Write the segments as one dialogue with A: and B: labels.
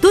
A: 读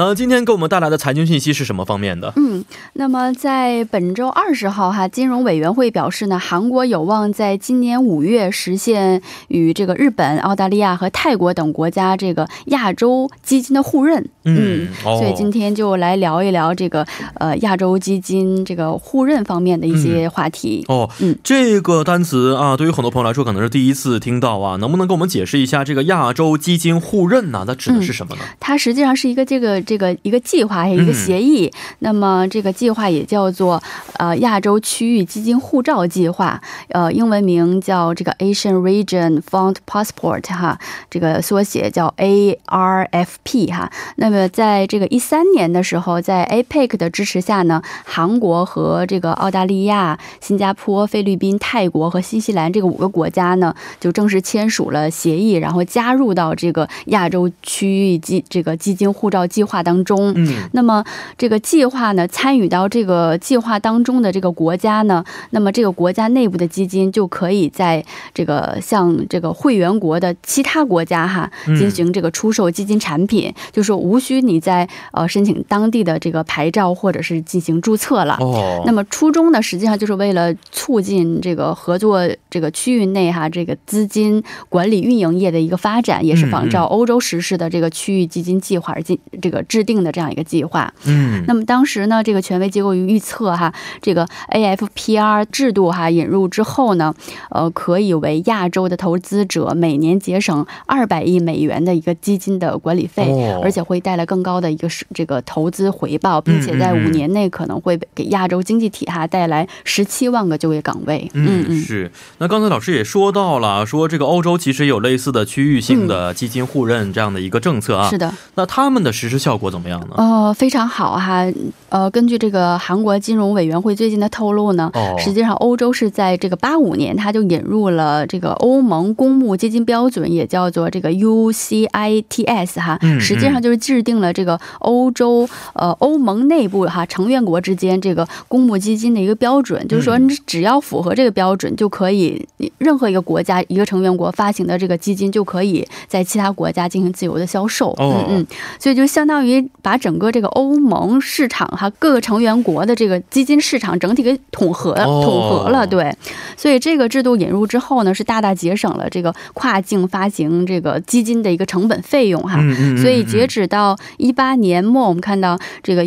B: 那今天给我们带来的财经信息是什么方面的？
C: 嗯，那么在本周二十号哈，金融委员会表示呢，韩国有望在今年五月实现与这个日本、澳大利亚和泰国等国家这个亚洲基金的互认。
B: 嗯，哦、
C: 所以今天就来聊一聊这个呃亚洲基金这个互认方面的一些话题。
B: 哦，
C: 嗯
B: 这个单词啊，对于很多朋友来说可能是第一次听到啊，能不能给我们解释一下这个亚洲基金互认呢、它指的是什么呢？
C: 它实际上是一个这个这个一个计划，还有一个协议。那么这个计划也叫做呃亚洲区域基金护照计划，呃，英文名叫这个 Asian Region Fund Passport 哈，这个缩写叫 ARFP 哈。那么在这个一三年的时候，在 APEC 的支持下呢，韩国和这个澳大利亚、新加坡、菲律宾、泰国和新西兰这个五个国家呢，就正式签署了协议，然后加入到这个亚洲区域基这个基金护照计划当中。
B: 嗯，
C: 那么这个计划呢，参与到这个计划当中的这个国家呢，那么这个国家内部的基金就可以在这个向这个会员国的其他国家哈
B: 嗯
C: 进行这个出售基金产品，就是无需你在呃申请当地的这个牌照或者是进行注册了。
B: 哦，
C: 那么初衷呢，实际上就是为了促进这个合作这个区域内哈这个资金管理运营业的一个发展，也是仿照欧洲实施的这个区域基金计划而进这个制定的这样一个计划。
B: 嗯，
C: 那么当时呢，这个权威机构预测哈，这个 AFPR 制度哈引入之后呢，呃，可以为亚洲的投资者每年节省二百亿美元的一个基金的管理费，
B: 哦
C: 而且会带来更高的一个是这个投资回报，并且在
B: 嗯嗯
C: 五年内可能会给亚洲经济体哈带来十七万个就业岗位。嗯
B: 嗯，是。那刚才老师也说到了，说这个欧洲其实有类似的区域性
C: 嗯
B: 的基金互认这样的一个政策啊。
C: 是的。
B: 那他们的实施效果怎么样呢？
C: 呃，非常好哈。呃，根据这个韩国金融委员会最近的透露呢，
B: 哦
C: 实际上欧洲是在这个八五年，它就引入了这个欧盟公募基金标准，也叫做这个 UCITS 哈
B: 嗯嗯。
C: 实际上就是制定了这个欧洲呃欧盟内部哈成员国之间这个公募基金的一个标准，就是说
B: 嗯
C: 你只要符合这个标准，就可以任何一个国家一个成员国发行的这个基金就可以在其他国家进行自由的销售。
B: 哦
C: 嗯嗯。所以就相当于把整个这个欧盟市场哈各个成员国的这个基金市场整体给统合、
B: 哦
C: 统合了，对。所以这个制度引入之后呢，是大大节省了这个跨境发行这个基金的一个成本费用哈。
B: 嗯嗯
C: 啊所以截
B: 止
C: 止到一八年末，我们看到这个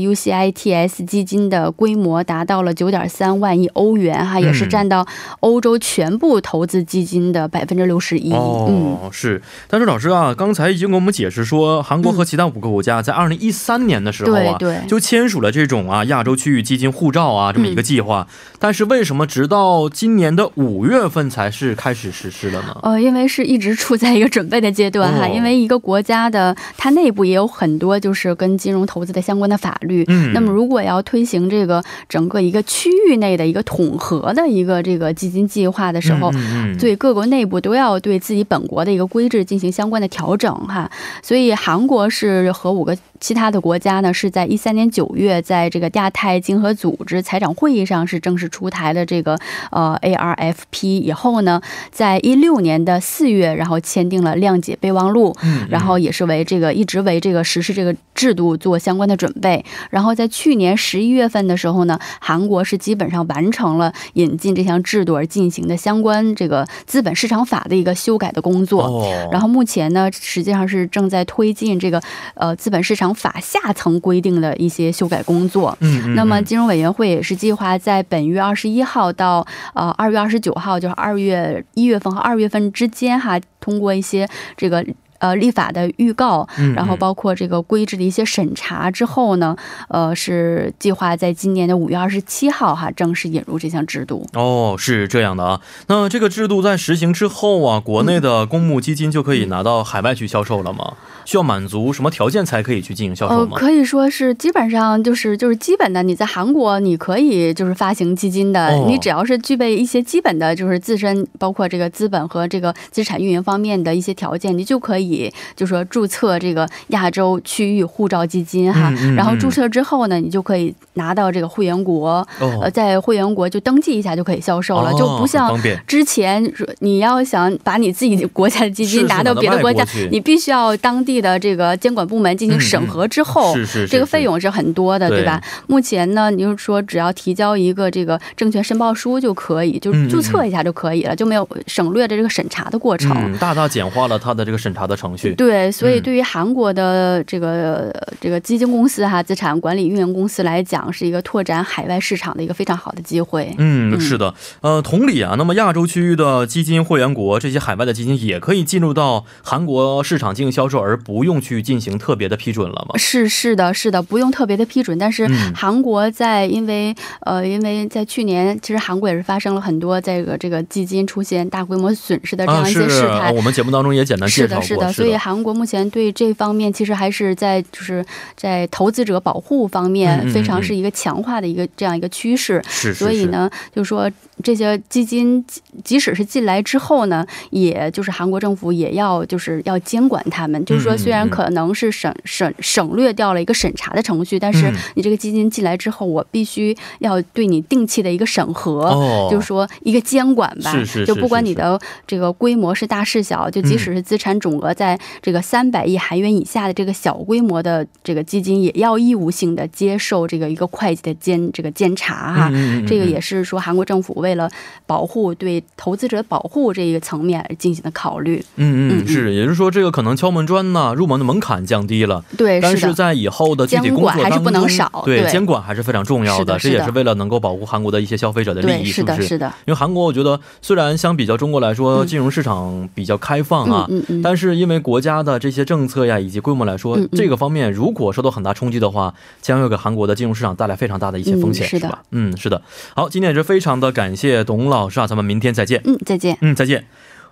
C: UCITS 基金的规模达到了九点三万亿欧元哈，也是
B: 嗯
C: 占到欧洲全部投资基金的百分之六十一。嗯，
B: 哦，是。但是老师啊，刚才已经给我们解释说，韩国和其他五个国家在二零一三年的时候
C: 对
B: 啊。
C: 对。
B: 就签署了这种啊亚洲区域基金护照啊这么一个计划、
C: 嗯
B: 但是为什么直到今年的五月份才是开始实施的呢？
C: 呃，因为是一直 处在一个准备的阶段哈，
B: 哦
C: 因为一个国家的它内部也有很多就是跟金融投资的相关的法律。
B: 嗯
C: 那么，如果要推行这个整个一个区域内的一个统合的一个这个基金计划的时候，
B: 嗯嗯嗯
C: 对各国内部都要对自己本国的一个规制进行相关的调整哈。所以韩国是和五个其他的国家呢，是在一三年九月在这个亚太经合组织财长会议上是正式出台的这个呃 ARFP 以后呢，在一六年的四月，然后签订了谅解备忘录。
B: 嗯嗯
C: 然后也是为这个一直为这个实施这个制度做相关的准备。然后在去年十一月份的时候呢，韩国是基本上完成了引进这项制度而进行的相关这个资本市场法的一个修改的工作。
B: 哦，
C: 然后目前呢，实际上是正在推进这个呃资本市场法下层规定的一些修改工作。
B: 嗯，嗯
C: 那么
B: 嗯
C: 金融委员会也是计划在本月二十一号到呃二月二十九号，就是二月一月份和二月份之间哈，通过一些这个。呃立法的预告，
B: 嗯
C: 然后包括这个规制的一些审查之后呢，呃，是计划在今年的五月二十七号哈正式引入这项制度。
B: 哦，是这样的啊。那这个制度在实行之后啊，国
C: 嗯
B: 内的公募基金就可以拿到海外去销售了吗？需要满足什么条件才可以去进行销售
C: 呃，
B: 吗？
C: 可以说是基本上就是就是基本的，你在韩国你可以就是发行基金的，
B: 哦
C: 你只要是具备一些基本的，就是自身包括这个资本和这个资产运营方面的一些条件，你就可以就说注册这个亚洲区域护照基金哈。
B: 嗯嗯
C: 然后
B: 嗯
C: 注册之后呢，你就可以拿到这个会员国，呃，
B: 哦，
C: 在会员国就登记一下就可以销售了，
B: 哦
C: 就不像
B: 很方便
C: 之前说你要想把你自己国家的基
B: 是
C: 金
B: 是
C: 拿到别的国
B: 拿到外国
C: 家
B: 去，
C: 你必须要当地的这个监管部门进行审核之后。
B: 是是是
C: 这个费用是很多的，
B: 对
C: 对吧？目前呢，你就说只要提交一个这个证券申报书就可以，就
B: 嗯嗯嗯
C: 注册一下就可以了，就没有呃省略的这个审查的过程。
B: 嗯，大大简化了它的这个审查的程序。
C: 对，所以
B: 嗯
C: 对于韩国的这个、呃这个基金公司哈、资产管理运营公司来讲，是一个拓展海外市场的一个非常好的机会。
B: 嗯，
C: 嗯
B: 是的，呃，同理啊，那么亚洲区域的基金会员国，这些海外的基金也可以进入到韩国市场进行销售，而不用去进行特别的批准了吗？
C: 是是的，是的，不用特别的批准，但是
B: 嗯
C: 韩国在因为、呃，因为在去年，其实韩国也是发生了很多这个这个基金出现大规模损失的这样一
B: 是
C: 些事态。
B: 呃我们节目当中也简单介
C: 是
B: 绍过，
C: 的，是的，所以韩国目前对这方面其实还是在就是在投资者保护
B: 嗯
C: 方
B: 嗯
C: 面
B: 嗯
C: 非常是一个强化的一个这样一个趋势。
B: 是是
C: 所以
B: 是
C: 呢，就说这些基金即即使是进来之后呢，也就是韩国政府也要就是要监管他们，就是说虽
B: 嗯嗯
C: 然
B: 嗯
C: 可能是省省省略掉了一个审查的程序，但是
B: 嗯
C: 你这个基金进来之后，我必须要对你定期的一个审核。
B: 哦，
C: 就是说一个监管吧，
B: 是是
C: 就是不管
B: 是嗯
C: 你的这个规模是大是小，就即使是资产总额在这个三百亿韩元以下的这个小规模的这个基金，也要义务性的接受这个一个会计的监这个监察哈、
B: 嗯嗯嗯嗯
C: 这个也是说韩国政府为了保护对投资者保护这一个层面而进行的考虑。
B: 嗯
C: 嗯
B: 嗯
C: 嗯
B: 是，也就是说这个可能敲门砖呢，入门的门槛降低了，
C: 对，
B: 但
C: 是
B: 是
C: 的。
B: 在以后的具体
C: 监
B: 工
C: 管
B: 作
C: 还是
B: 当
C: 不能
B: 中
C: 少
B: 对
C: 对
B: 监管还是非常重要
C: 是
B: 的，
C: 的
B: 这
C: 是
B: 也
C: 的
B: 是为了能够保护韩国的一些消费者的利
C: 对，
B: 益，
C: 是
B: 不
C: 的，
B: 是？
C: 是的，
B: 因为韩国我觉得虽然相比较中国来说，
C: 嗯
B: 金融市场比较开放啊。
C: 嗯嗯嗯，
B: 但是因为国家的这些政策呀，以及规模来说，
C: 嗯嗯
B: 这个方面如果受到很大冲击的话，将会给韩国的金融市场带来非常大的一些风险，
C: 嗯是的
B: 吧？嗯，是的。好，今天也是非常的感谢董老师啊，咱们明天再见。
C: 嗯，再见。
B: 嗯，再见。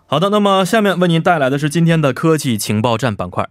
B: 好的，那么下面为您带来的是今天的科技情报站板块。